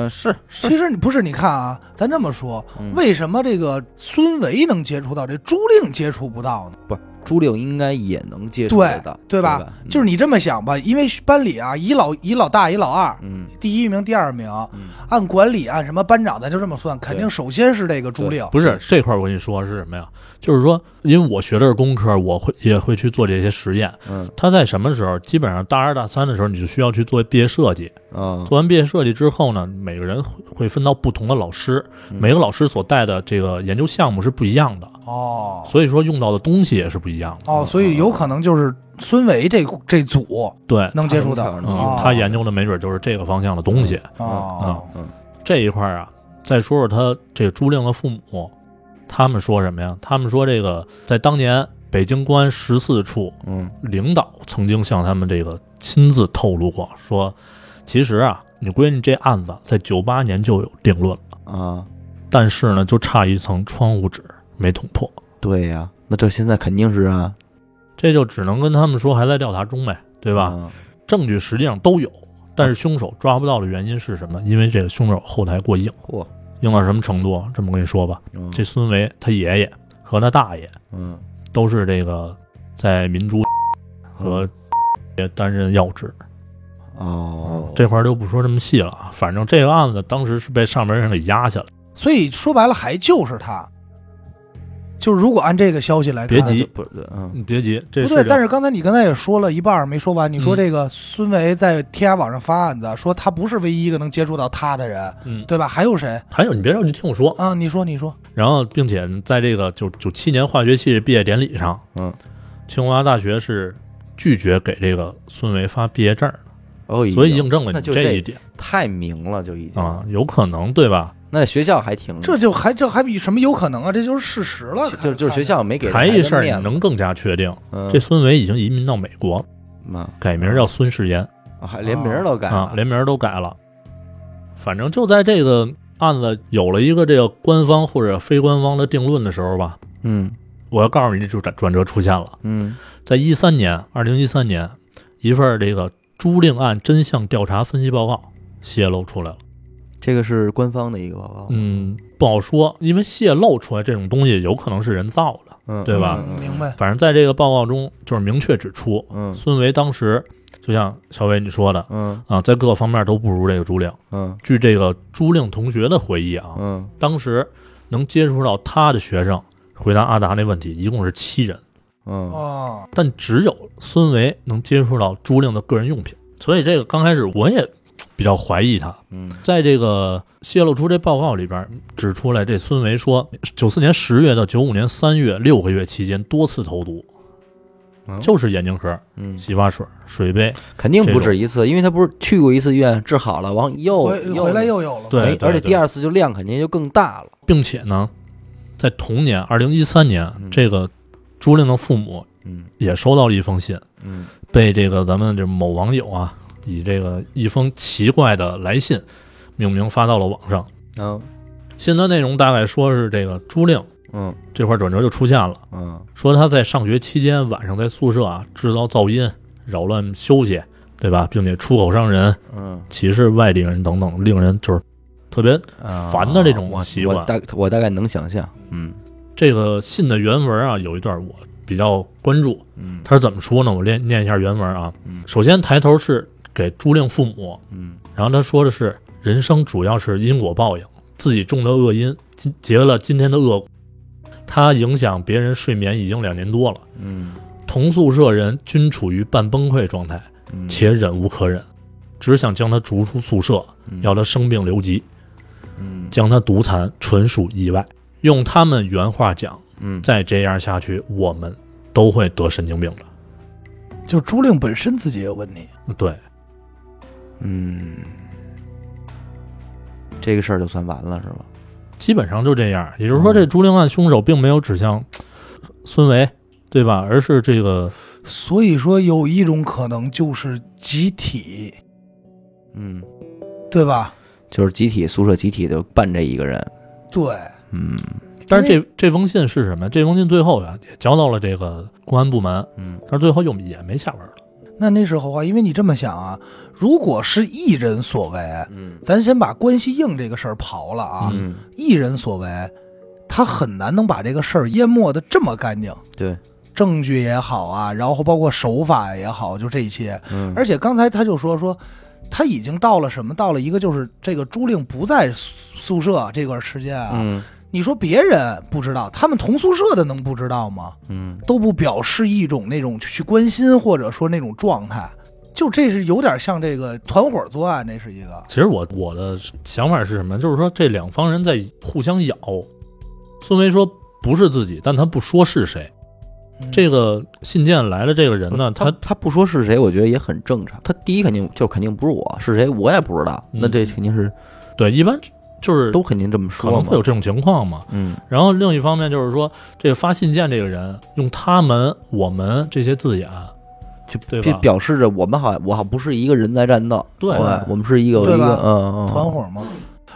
Speaker 1: 呃是是，
Speaker 2: 其实你不是，你看啊，咱这么说，
Speaker 1: 嗯
Speaker 2: 为什么这个孙维能接触到，这朱令接触不到呢？
Speaker 1: 朱令应该也能接触得到，
Speaker 2: 对
Speaker 1: 对
Speaker 2: 吧
Speaker 1: 嗯
Speaker 2: 就是你这么想吧，因为班里啊，一老一老大，一老二，
Speaker 1: 嗯
Speaker 2: 第一名、第二名，
Speaker 1: 嗯
Speaker 2: 按管理啊按什么班长，咱就这么算，肯定首先是这个朱令。
Speaker 3: 不是这块儿我跟你说是什么呀？就是说，因为我学的是工科，我会也会去做这些实验。
Speaker 1: 嗯
Speaker 3: 他在什么时候？基本上大二大三的时候，你就需要去做毕业设计。
Speaker 1: 嗯
Speaker 3: 做完毕业设计之后呢，每个人会会分到不同的老师，
Speaker 1: 嗯
Speaker 3: 每个老师所带的这个研究项目是不一样的，
Speaker 2: 哦
Speaker 3: 所以说用到的东西也是不一样的。
Speaker 2: 哦，所以有可能就是孙维这这组
Speaker 3: 对，
Speaker 2: 能接触到
Speaker 1: 他能接触
Speaker 3: 嗯
Speaker 1: 到，
Speaker 3: 他嗯研究的没准就是这个方向的东西。
Speaker 2: 哦，
Speaker 1: 嗯
Speaker 3: 这一块儿啊，再说说他这个朱令的父母，他们说什么呀？他们说这个在当年北京公安十四处
Speaker 1: 嗯
Speaker 3: 领导曾经向他们这个亲自透露过，说其实啊，你闺女这案子在九八年就有定论了，
Speaker 1: 啊，
Speaker 3: 但是呢，就差一层窗户纸没捅破，
Speaker 1: 对呀、那这现在肯定是啊，
Speaker 3: 这就只能跟他们说还在调查中呗，对
Speaker 1: 对
Speaker 3: 吧？？证据实际上都有，但是凶手抓不到的原因是什么？因为这个凶手后台过硬，
Speaker 1: 嚯，
Speaker 3: 硬到什么程度？啊这么跟你说吧，
Speaker 1: 嗯
Speaker 3: 这孙维他爷爷和他大爷
Speaker 1: 嗯
Speaker 3: 都是这个在民珠和
Speaker 1: 嗯
Speaker 3: 担任要职。
Speaker 1: 哦，
Speaker 3: 这块儿就不说这么细了啊，反正这个案子当时是被上边人给压下来。
Speaker 2: 所以说白了还就是他。就是如果按这个消息来看，
Speaker 3: 别急
Speaker 1: 不是嗯
Speaker 3: 你别急，这
Speaker 2: 不
Speaker 3: 事
Speaker 2: 对，但
Speaker 3: 是
Speaker 2: 是刚才你刚才也说了一半儿没说完，你说
Speaker 3: 嗯
Speaker 2: 这个孙维在天涯网上发案子，说他不是唯一一个能接触到他的人，
Speaker 3: 嗯，
Speaker 2: 对吧？还有谁
Speaker 3: 还有你别着急听我说。
Speaker 2: 啊？你说，你说，
Speaker 3: 然后，并且在这个九九七年化学系毕业典礼上，
Speaker 1: 嗯，
Speaker 3: 清华大学是拒绝给这个孙维发毕业证儿，
Speaker 1: 哦，
Speaker 3: 所以印证了
Speaker 1: 那
Speaker 3: 你
Speaker 1: 就这
Speaker 3: 一点
Speaker 1: 太明了，就已经
Speaker 3: 啊，有可能对吧？
Speaker 1: 那学校还挺
Speaker 2: 这就还这还比什么有可能啊？这就是事实了，
Speaker 1: 嗯就就是学校没给
Speaker 3: 还一事儿，你
Speaker 1: 面子，
Speaker 3: 能更加确定，
Speaker 1: 嗯
Speaker 3: 这孙维已经移民到美国了，
Speaker 1: 嘛
Speaker 3: 改名叫孙世岩
Speaker 1: 啊还连名儿都改
Speaker 3: 啊
Speaker 1: 了，，
Speaker 3: 连名儿都改了。反正就在这个案子有了一个这个官方或者非官方的定论的时候吧，
Speaker 1: 嗯
Speaker 3: 我要告诉你，就转转折出现了。
Speaker 1: 嗯
Speaker 3: 在一三年，二零一三年，一份这个朱令案真相调查分析报告泄露出来了。
Speaker 1: 这个是官方的一个报告，
Speaker 3: 嗯，不好说，因为泄露出来这种东西有可能是人造的。
Speaker 1: 嗯
Speaker 3: 对吧
Speaker 1: 嗯
Speaker 2: 嗯
Speaker 1: 嗯
Speaker 2: 明白？
Speaker 3: 反正在这个报告中，就是明确指出，
Speaker 1: 嗯
Speaker 3: 孙维当时就像小伟你说的
Speaker 1: 嗯
Speaker 3: 啊，在各个方面都不如这个朱令。
Speaker 1: 嗯
Speaker 3: 据这个朱令同学的回忆啊，
Speaker 1: 嗯
Speaker 3: 当时能接触到他的学生回答阿达那问题，一共是七人，
Speaker 1: 嗯
Speaker 2: 哦，
Speaker 3: 但只有孙维能接触到朱令的个人用品。所以这个刚开始我也比较怀疑他。
Speaker 1: 嗯
Speaker 3: 在这个泄露出这报告里边指出来，这孙维说，九四年十月到九五年三月六个月期间多次投毒
Speaker 1: 嗯，
Speaker 3: 就是眼镜盒、
Speaker 1: 嗯，
Speaker 3: 洗发水、水杯，
Speaker 1: 肯定不止一次，因为他不是去过一次医院治好了，完又
Speaker 2: 回回来又有了嘛。
Speaker 3: 对
Speaker 1: 哎而且第二次就量肯定就更大了。
Speaker 3: 并且呢，在同年二零一三年
Speaker 1: 嗯，
Speaker 3: 这个朱令的父母
Speaker 1: 嗯
Speaker 3: 也收到了一封信，
Speaker 1: 嗯
Speaker 3: 被这个咱们这某网友啊，以这个一封奇怪的来信命名发到了网上。
Speaker 1: 嗯
Speaker 3: 信的内容大概说是这个朱令
Speaker 1: 嗯
Speaker 3: 这块转折就出现了。
Speaker 1: 嗯
Speaker 3: 说他在上学期间晚上在宿舍啊制造噪音，扰乱休息，对吧？并且出口伤人、
Speaker 1: 嗯，
Speaker 3: 歧视外地人等等，令人就是特别。
Speaker 1: 啊
Speaker 3: 烦的这种
Speaker 1: 我
Speaker 3: 习惯
Speaker 1: 我大我大概能想象。嗯
Speaker 3: 这个信的原文啊，有一段我比较关注，
Speaker 1: 嗯
Speaker 3: 他是怎么说呢？我念念一下原文啊
Speaker 1: 嗯。
Speaker 3: 首先抬头是给朱令父母，
Speaker 1: 嗯
Speaker 3: 然后他说的是人生主要是因果报应，自己种了恶因，今结了今天的恶果，他影响别人睡眠已经两年多了，
Speaker 1: 嗯
Speaker 3: 同宿舍人均处于半崩溃状态。
Speaker 1: 嗯，
Speaker 3: 且忍无可忍，只想将他逐出宿舍，
Speaker 1: 嗯
Speaker 3: 要他生病留级，
Speaker 1: 嗯
Speaker 3: 将他毒残，纯属意外。用他们原话讲，
Speaker 1: 嗯
Speaker 3: 再这样下去，我们都会得神经病的。
Speaker 2: 就是朱令本身自己也有问题，
Speaker 3: 对，
Speaker 1: 嗯，这个事儿就算完了是吧？
Speaker 3: 基本上就这样。也
Speaker 1: 嗯
Speaker 3: 就是说，这朱令案凶手并没有指向孙维，对吧？而是这个
Speaker 2: 所以说有一种可能就是集体，
Speaker 1: 嗯，
Speaker 2: 对吧？
Speaker 1: 就是集体宿舍集体的办这一个人。
Speaker 2: 对，
Speaker 1: 嗯
Speaker 3: 但是这这封信是什么？这封信最后啊也交到了这个公安部门，
Speaker 1: 嗯
Speaker 3: 但是最后又也没下文了。
Speaker 2: 那那时候啊，因为你这么想啊，如果是一人所为，
Speaker 1: 嗯
Speaker 2: 咱先把关系硬这个事儿刨了啊，
Speaker 1: 嗯，
Speaker 2: 一人所为，他很难能把这个事儿淹没的这么干净，
Speaker 1: 对，
Speaker 2: 证据也好啊，然后包括手法也好，就这些。
Speaker 1: 嗯
Speaker 2: 而且刚才他就说说，他已经到了什么？到了一个就是这个朱令不在宿舍这段时间啊，
Speaker 1: 嗯
Speaker 2: 你说别人不知道，他们同宿舍的能不知道吗？
Speaker 1: 嗯
Speaker 2: 都不表示一种那种去关心或者说那种状态，就这是有点像这个团伙作案，这是一个。
Speaker 3: 其实我我的想法是什么？就是说这两方人在互相咬。孙维说不是自己，但他不说是谁。
Speaker 2: 嗯
Speaker 3: 这个信件来了，这个人呢，他
Speaker 1: 他不说是谁，我觉得也很正常。他第一肯定就肯定不是我，是谁我也不知道。
Speaker 3: 嗯
Speaker 1: 那这肯定是
Speaker 3: 对一般就是
Speaker 1: 都肯定这么
Speaker 3: 可
Speaker 1: 说
Speaker 3: 能
Speaker 1: 嘛
Speaker 3: 会有。这种情况嘛。
Speaker 1: 嗯
Speaker 3: 然后另一方面就是说，这个发信件这个人用他们、我们这些字眼，
Speaker 1: 就
Speaker 3: 对
Speaker 1: 这
Speaker 3: 吧
Speaker 1: 表示着我们好像我好不是一个人在战斗，
Speaker 3: 对啊
Speaker 1: 我们是一个有
Speaker 2: 对
Speaker 1: 一个
Speaker 2: 吧
Speaker 1: 嗯嗯
Speaker 2: 团伙嘛。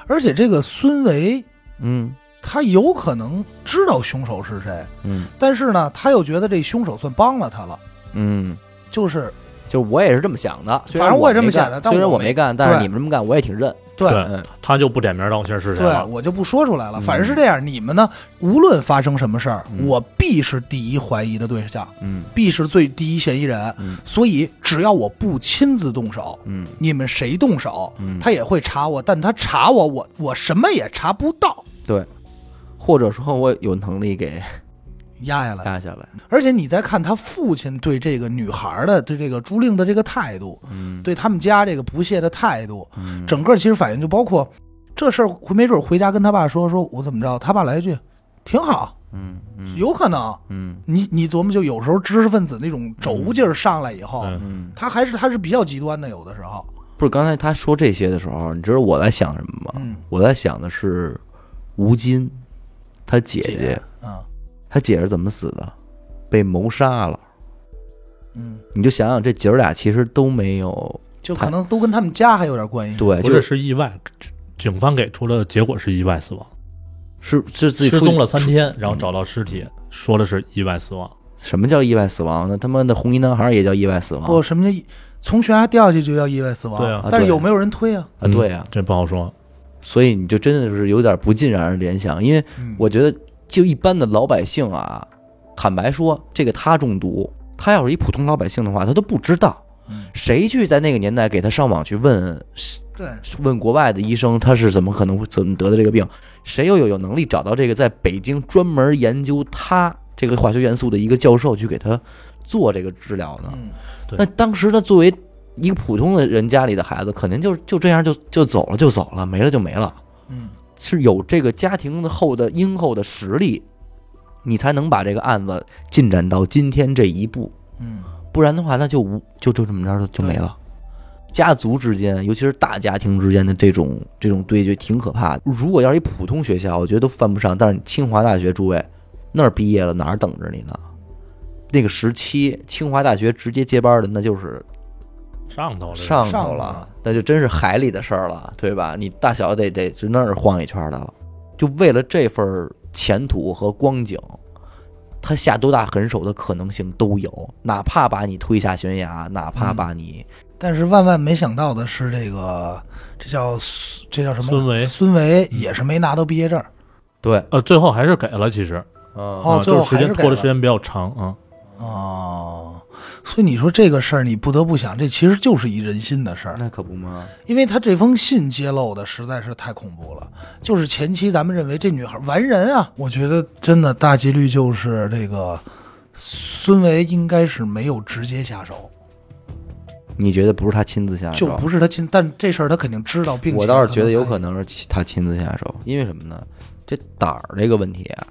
Speaker 2: 而且这个孙维
Speaker 1: 嗯
Speaker 2: 他有可能知道凶手是谁，
Speaker 1: 嗯
Speaker 2: 但是呢，他又觉得这凶手算帮了他了，
Speaker 1: 嗯，
Speaker 2: 就是
Speaker 1: 就我也是这么想的，虽
Speaker 2: 反
Speaker 1: 然
Speaker 2: 正我也这
Speaker 1: 没
Speaker 2: 么
Speaker 1: 干
Speaker 2: 想的但
Speaker 1: 虽然
Speaker 2: 我
Speaker 1: 我
Speaker 2: 没
Speaker 1: 没干，但是
Speaker 2: 对
Speaker 1: 你们这么干我也挺认。
Speaker 2: 对
Speaker 1: 嗯
Speaker 3: 他就不点名道姓是谁
Speaker 2: 对
Speaker 3: 了。
Speaker 2: 我就不说出来了。
Speaker 1: 嗯
Speaker 2: 反正是这样，你们呢，无论发生什么事儿，
Speaker 1: 嗯
Speaker 2: 我必是第一怀疑的对象，
Speaker 1: 嗯
Speaker 2: 必是最第一嫌疑人。
Speaker 1: 嗯
Speaker 2: 所以只要我不亲自动手，
Speaker 1: 嗯
Speaker 2: 你们谁动手，
Speaker 1: 嗯，
Speaker 2: 他也会查我，但他查我，我我什么也查不到，
Speaker 1: 或者说我有能力给
Speaker 2: 压下来。
Speaker 1: 压下来。
Speaker 2: 而且你再看他父亲对这个女孩的、对这个朱令的这个态度，
Speaker 1: 嗯
Speaker 2: 对他们家这个不屑的态度，
Speaker 1: 嗯
Speaker 2: 整个其实反应就包括这事儿，回没准回家跟他爸说，说我怎么着，他爸来一句挺好，
Speaker 1: 嗯嗯
Speaker 2: 有可能。
Speaker 1: 嗯
Speaker 2: 你你琢磨，就有时候知识分子那种轴劲儿上来以后，
Speaker 3: 嗯
Speaker 1: 嗯。
Speaker 2: 他还是他是比较极端的，有的时候，
Speaker 1: 不是刚才他说这些的时候，你知道我在想什么吗？
Speaker 2: 嗯
Speaker 1: 我在想的是吴京，他姐姐嗯
Speaker 2: 姐，啊，
Speaker 1: 他姐是怎么死的？被谋杀了。
Speaker 2: 嗯，
Speaker 1: 你就想想这姐儿俩其实都没有
Speaker 2: 就可能都跟他们家还有点关系。
Speaker 1: 对，
Speaker 3: 不
Speaker 1: 就是是
Speaker 3: 是意外，警方给出的结果是意外死亡，
Speaker 1: 是是自己
Speaker 3: 失
Speaker 1: 出去
Speaker 3: 踪了三
Speaker 1: 出嗯
Speaker 3: 天，然后找到尸体，说的是意外死亡。
Speaker 1: 什么叫意外死亡呢？他妈的红衣男孩也叫意外死亡
Speaker 2: 不，什么叫从悬崖掉下去就叫意外死亡？
Speaker 3: 对啊
Speaker 2: 但
Speaker 1: 啊对
Speaker 2: 是有没有人推啊？
Speaker 1: 啊？对啊，
Speaker 3: 这不好说。
Speaker 1: 所以你就真的是有点不禁让人联想，因为
Speaker 2: 嗯
Speaker 1: 我觉得就一般的老百姓啊，坦白说，这个他中毒，他要是一普通老百姓的话，他都不知道
Speaker 2: 嗯。
Speaker 1: 谁去在那个年代给他上网去问
Speaker 2: 对
Speaker 1: 问国外的医生，他是怎么可能会怎么得的这个病？谁又有有能力找到这个在北京专门研究他这个化学元素的一个教授去给他做这个治疗呢？
Speaker 2: 嗯，
Speaker 3: 对
Speaker 1: 那当时他作为一个普通的人家里的孩子，肯定就就这样就就走了就走了，没了就没了，
Speaker 2: 嗯，
Speaker 1: 是有这个家庭的后的因后的实力，你才能把这个案子进展到今天这一步，
Speaker 2: 嗯，
Speaker 1: 不然的话，那就无就就这么着就就没了。家族之间，尤其是大家庭之间的这种这种对决，挺可怕的。如果要是一普通学校，我觉得都犯不上。但是清华大学，诸位那儿毕业了，哪儿等着你呢？那个时期，清华大学直接接班的，那就是
Speaker 3: 上头了，
Speaker 1: 上
Speaker 2: 上
Speaker 1: 头
Speaker 2: 头啊
Speaker 1: 了
Speaker 2: 了，
Speaker 1: 那就真是海里的事儿了，对吧？你大小得得是那儿晃一圈儿的了，就为了这份儿前途和光景，他下多大狠手的可能性都有，哪怕把你推下悬崖，哪
Speaker 2: 嗯
Speaker 1: 怕把你、
Speaker 2: 但是万万没想到的是，这个这叫孙这叫什么？
Speaker 3: 孙维嗯
Speaker 2: 孙维也是没拿到毕业证。
Speaker 1: 对，
Speaker 3: 呃，最后还是给了，其实
Speaker 1: 哦
Speaker 2: 哦
Speaker 3: 啊
Speaker 2: 最
Speaker 3: 就
Speaker 2: 后
Speaker 3: 是时
Speaker 2: 还
Speaker 3: 间
Speaker 2: 是给
Speaker 3: 拖
Speaker 2: 了
Speaker 3: 的时间比较长啊。
Speaker 2: 哦，所以你说这个事儿，你不得不想，这其实就是一人心的事儿，
Speaker 1: 那可不嘛，
Speaker 2: 因为他这封信揭露的实在是太恐怖了。就是前期咱们认为这女孩完人啊，我觉得真的大几率就是这个孙维应该是没有直接下手，
Speaker 1: 你觉啊得不是他亲自下手？
Speaker 2: 就不是他亲，但这事儿他肯定知道，并且
Speaker 1: 我倒是觉得有
Speaker 2: 能
Speaker 1: 可能是其他亲自下手，因为什么呢？这胆儿这个问题啊，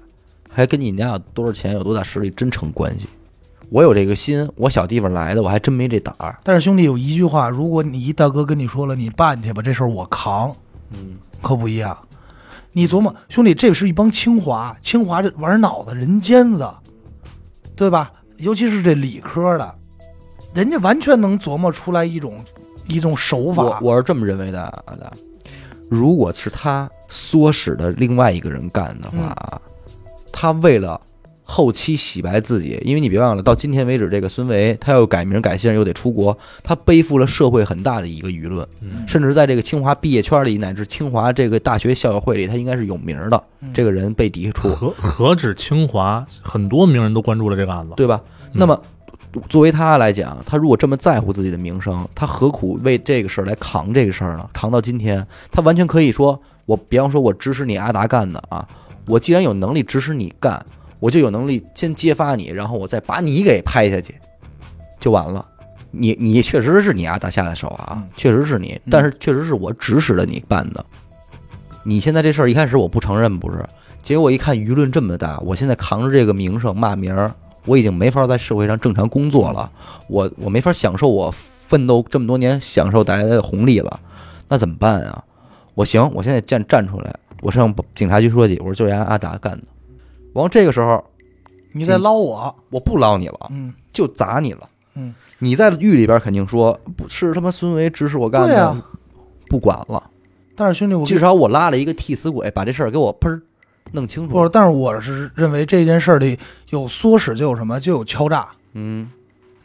Speaker 1: 还跟你家有多少钱、有多大实力真成关系。我有这个心，我小地方来的，我还真没这胆儿。
Speaker 2: 但是兄弟有一句话，如果你一大哥跟你说了，你办去吧，这事儿我扛，
Speaker 1: 嗯，
Speaker 2: 可不一样。你琢磨，兄弟，这是一帮清华，清华这玩脑子人尖子，对吧？尤其是这理科的，人家完全能琢磨出来一种一种手
Speaker 1: 我
Speaker 2: 法。
Speaker 1: 我是这么认为的啊。的如果是他唆使的另外一个人干的话
Speaker 2: 嗯
Speaker 1: 啊，他为了后期洗白自己，因为你别忘了，到今天为止，这个孙维他又改名改姓，又得出国，他背负了社会很大的一个舆论，
Speaker 3: 嗯
Speaker 1: 甚至在这个清华毕业圈里，乃至清华这个大学校友会里，他应该是有名儿的。这
Speaker 2: 个
Speaker 1: 个人被抵触，
Speaker 3: 何何止清华，很多名人都关注了这个案子。
Speaker 1: 对吧？
Speaker 2: 嗯
Speaker 1: 那么，作为他来讲，他如果这么在乎自己的名声，他何苦为这个事儿来扛这个事儿呢？扛到今天，他完全可以说，我比方说，我支持你阿达干的啊，我既然有能力支持你干，我就有能力先揭发你，然后我再把你给拍下去，就完了。你你确实是你阿达下的手啊
Speaker 2: 嗯，
Speaker 1: 确实是你，
Speaker 2: 嗯
Speaker 1: 但是确实是我指使了你办的。你现在这事儿一开始我不承认，不是？结果一看舆论这么大，我现在扛着这个名声骂名儿，我已经没法在社会上正常工作了，我我没法享受我奋斗这么多年享受带来的红利了，那怎么办啊？我行，我现在站站出来，我上警察局说去，我说就是人家阿达干的。完，这个时候
Speaker 2: 你在捞我，
Speaker 1: 我不捞你了，
Speaker 2: 嗯，
Speaker 1: 就砸你了。
Speaker 2: 嗯，
Speaker 1: 你在狱里边肯定说不是他妈孙维指使我干
Speaker 2: 对
Speaker 1: 的，
Speaker 2: 啊
Speaker 1: 不管了，
Speaker 2: 但是兄弟，我
Speaker 1: 至少我拉了一个替死鬼，把这事儿给我喷儿弄清
Speaker 2: 不
Speaker 1: 楚
Speaker 2: 是，。但是我是认为这件事儿里有唆使就有什么，就有敲诈，
Speaker 1: 嗯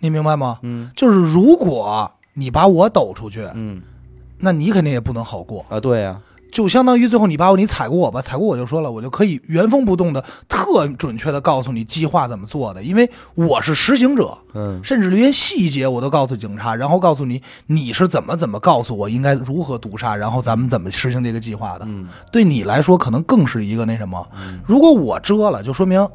Speaker 2: 你明白吗？
Speaker 1: 嗯
Speaker 2: 就是如果你把我抖出去，
Speaker 1: 嗯
Speaker 2: 那你肯定也不能好过。
Speaker 1: 啊，对呀、
Speaker 2: 就相当于最后你把我你踩过我吧，踩过我就说了，我就可以原封不动的特准确的告诉你计划怎么做的，因为我是实行者，
Speaker 1: 嗯
Speaker 2: 甚至连细节我都告诉警察，然后告诉你你是怎么怎么告诉我应该如何毒杀，然后咱们怎么实行这个计划的。
Speaker 1: 嗯
Speaker 2: 对你来说可能更是一个那什么，如果我遮了，就说明。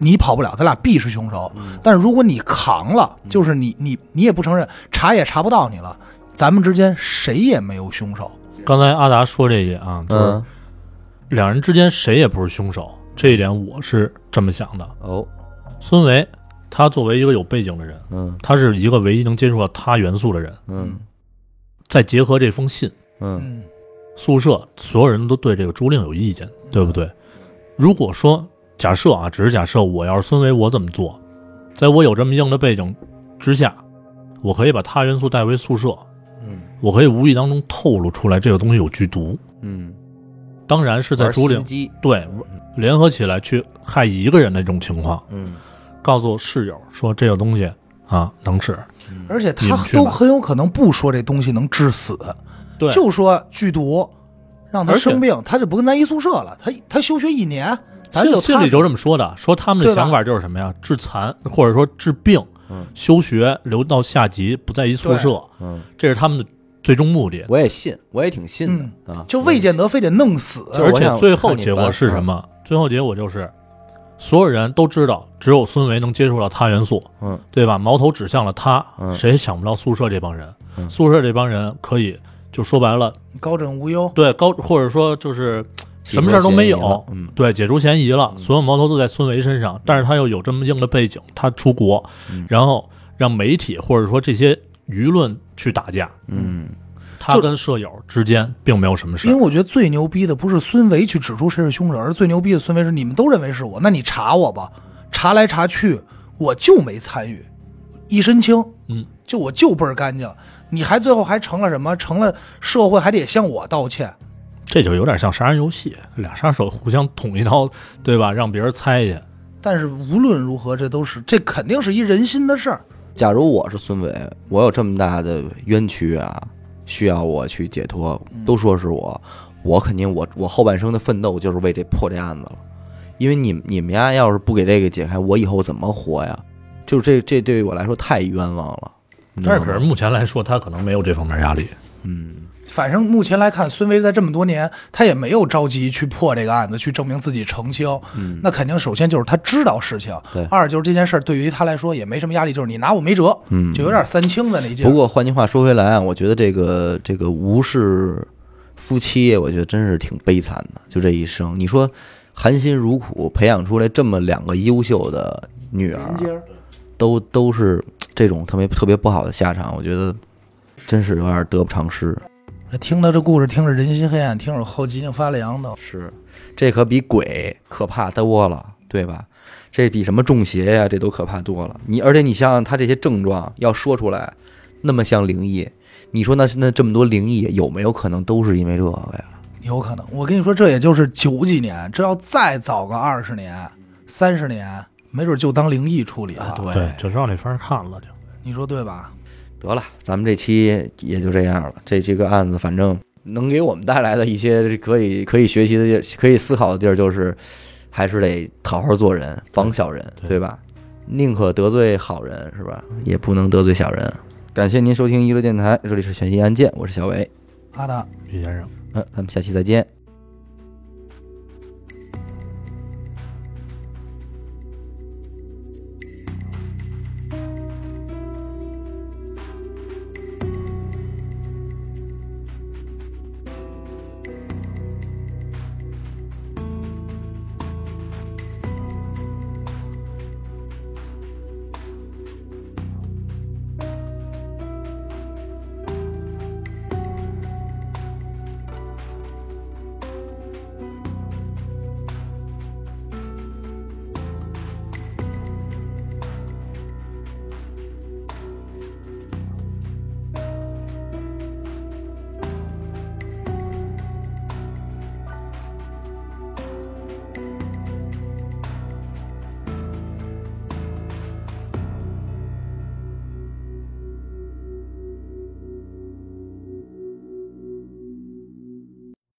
Speaker 2: 你跑不了，咱俩必是凶手。
Speaker 1: 嗯
Speaker 2: 但是如果你扛了，就是你你你也不承认，查也查不到你了，咱们之间谁也没有凶手。
Speaker 3: 刚才阿达说这一点啊，就是
Speaker 1: 嗯
Speaker 3: 两人之间谁也不是凶手，这一点我是这么想的。
Speaker 1: 哦
Speaker 3: 孙维他作为一个有背景的人，
Speaker 1: 嗯
Speaker 3: 他是一个唯一能接触到他元素的人，
Speaker 1: 嗯
Speaker 3: 再结合这封信，
Speaker 1: 嗯
Speaker 2: 嗯
Speaker 3: 宿舍所有人都对这个朱令有意见，
Speaker 1: 嗯
Speaker 3: 对不对？如果说假设啊，只是假设，我要是孙维，我怎么做？在我有这么硬的背景之下，我可以把他元素带回宿舍，
Speaker 1: 嗯
Speaker 3: 我可以无意当中透露出来这个东西有剧毒，
Speaker 1: 嗯，
Speaker 3: 当然是在
Speaker 1: 玩
Speaker 3: 朱令
Speaker 1: 心机，
Speaker 3: 对联合起来去害一个人的这种情况，
Speaker 1: 嗯
Speaker 3: 告诉室友说这个东西啊能吃，
Speaker 1: 嗯
Speaker 2: 而且
Speaker 3: 你
Speaker 2: 他
Speaker 3: 们去吧
Speaker 2: 都很有可能不说这东西能致死，
Speaker 3: 对，
Speaker 2: 就说剧毒让他
Speaker 3: 而且
Speaker 2: 生病，他就不跟咱一宿舍了。他他休学一年，咱
Speaker 3: 信
Speaker 2: 就
Speaker 3: 信
Speaker 2: 他
Speaker 3: 里就这么说的，说他们的
Speaker 2: 对吧
Speaker 3: 想法就是什么呀？致残或者说治病
Speaker 1: 嗯，
Speaker 3: 休学留到下级，不在一宿舍，
Speaker 1: 嗯，
Speaker 3: 这是他们的最终目的。
Speaker 1: 我也信，我也挺信的、啊，
Speaker 2: 就未见得非得弄死。
Speaker 1: 就是我
Speaker 3: 而且
Speaker 1: 想
Speaker 3: 最后
Speaker 1: 看你
Speaker 3: 结果
Speaker 1: 烦
Speaker 3: 是
Speaker 1: 啊
Speaker 3: 什么？最后结果就是所有人都知道，只有孙维能接触到他元素，
Speaker 1: 嗯，
Speaker 3: 对吧？矛头指向了他，
Speaker 1: 嗯
Speaker 3: 谁也想不到宿舍这帮人，
Speaker 1: 嗯
Speaker 3: 宿舍这帮人可以就说白了，
Speaker 2: 高枕无忧，
Speaker 3: 对高或者说就是什么事儿都
Speaker 1: 解决嫌疑
Speaker 3: 没有
Speaker 1: 了，嗯
Speaker 3: 对，解除嫌疑了，
Speaker 2: 嗯
Speaker 3: 所有矛头都在孙维身上，但是他又有这么硬的背景，他出国，
Speaker 1: 嗯
Speaker 3: 然后让媒体或者说这些舆论去打架，
Speaker 1: 嗯
Speaker 3: 他
Speaker 2: 就
Speaker 3: 跟舍友之间并没有什么事
Speaker 2: 因为
Speaker 3: 儿，
Speaker 2: 我觉得最牛逼的不是孙维去指出谁是凶手，而是最牛逼的孙维是你们都认为是我，那你查我吧，查来查去我就没参与，一身轻，
Speaker 3: 嗯，
Speaker 2: 就我就倍儿干净，你还最后还成了什么？成了社会还得向我道歉，
Speaker 3: 这就有点像杀人游戏，俩杀手互相捅一刀，对吧？让别人猜
Speaker 2: 嗯
Speaker 3: 去，
Speaker 2: 但是无论如何，这都是这肯定是一人心的事儿，
Speaker 1: 假如我是孙伟，我有这么大的冤屈啊，需要我去解脱，都说是我，我肯定我我后半生的奋斗就是为这破这案子了，因为你们你们家要是不给这个解开，我以后怎么活呀？就这这对于我来说太冤枉了。你知道
Speaker 3: 但
Speaker 1: 吗
Speaker 3: 是可是目前来说，他可能没有这方面压力。
Speaker 1: 嗯，
Speaker 2: 反正目前来看，孙维在这么多年，他也没有着急去破这个案子，去证明自己澄清。
Speaker 1: 嗯
Speaker 2: 那肯定首先就是他知道事情
Speaker 1: 对，
Speaker 2: 二就是这件事儿对于他来说也没什么压力，就是你拿我没辙，
Speaker 1: 嗯
Speaker 2: 就有点三清的那劲儿。
Speaker 1: 不过换句话说回来啊，我觉得这个这个无视夫妻，我觉得真是挺悲惨的。就这一生，你说含辛茹苦培养出来这么两个优秀的女儿，都都是这种特别特别不好的下场，我觉得真是有点得不偿失。嗯
Speaker 2: 这听到这故事，听着人心黑暗，听着后脊梁发凉的。
Speaker 1: 是，这可比鬼可怕多了，对吧？这比什么中邪呀、这都可怕多了。你而且你想想，他这些症状要说出来，那么像灵异，你说那那这么多灵异，有没有可能都是因为这个呀？
Speaker 2: 有可能，我跟你说，这也就是九几年，这要再早个二十年、三十年，没准就当灵异处理了。
Speaker 1: 啊
Speaker 3: 对，就让这方看了就。
Speaker 2: 你说对吧？
Speaker 1: 得了，咱们这期也就这样了。这几个案子，反正能给我们带来的一些可以可以学习的地儿、可以思考的地儿，就是还是得好好做人，防小人，
Speaker 3: 对
Speaker 1: 对吧？宁可得罪好人，是吧？也不能得罪小人。感谢您收听娱乐电台，这里是悬疑案件，我是小伟，
Speaker 2: 阿达。
Speaker 3: 于先生。
Speaker 1: 嗯，咱们下期再见。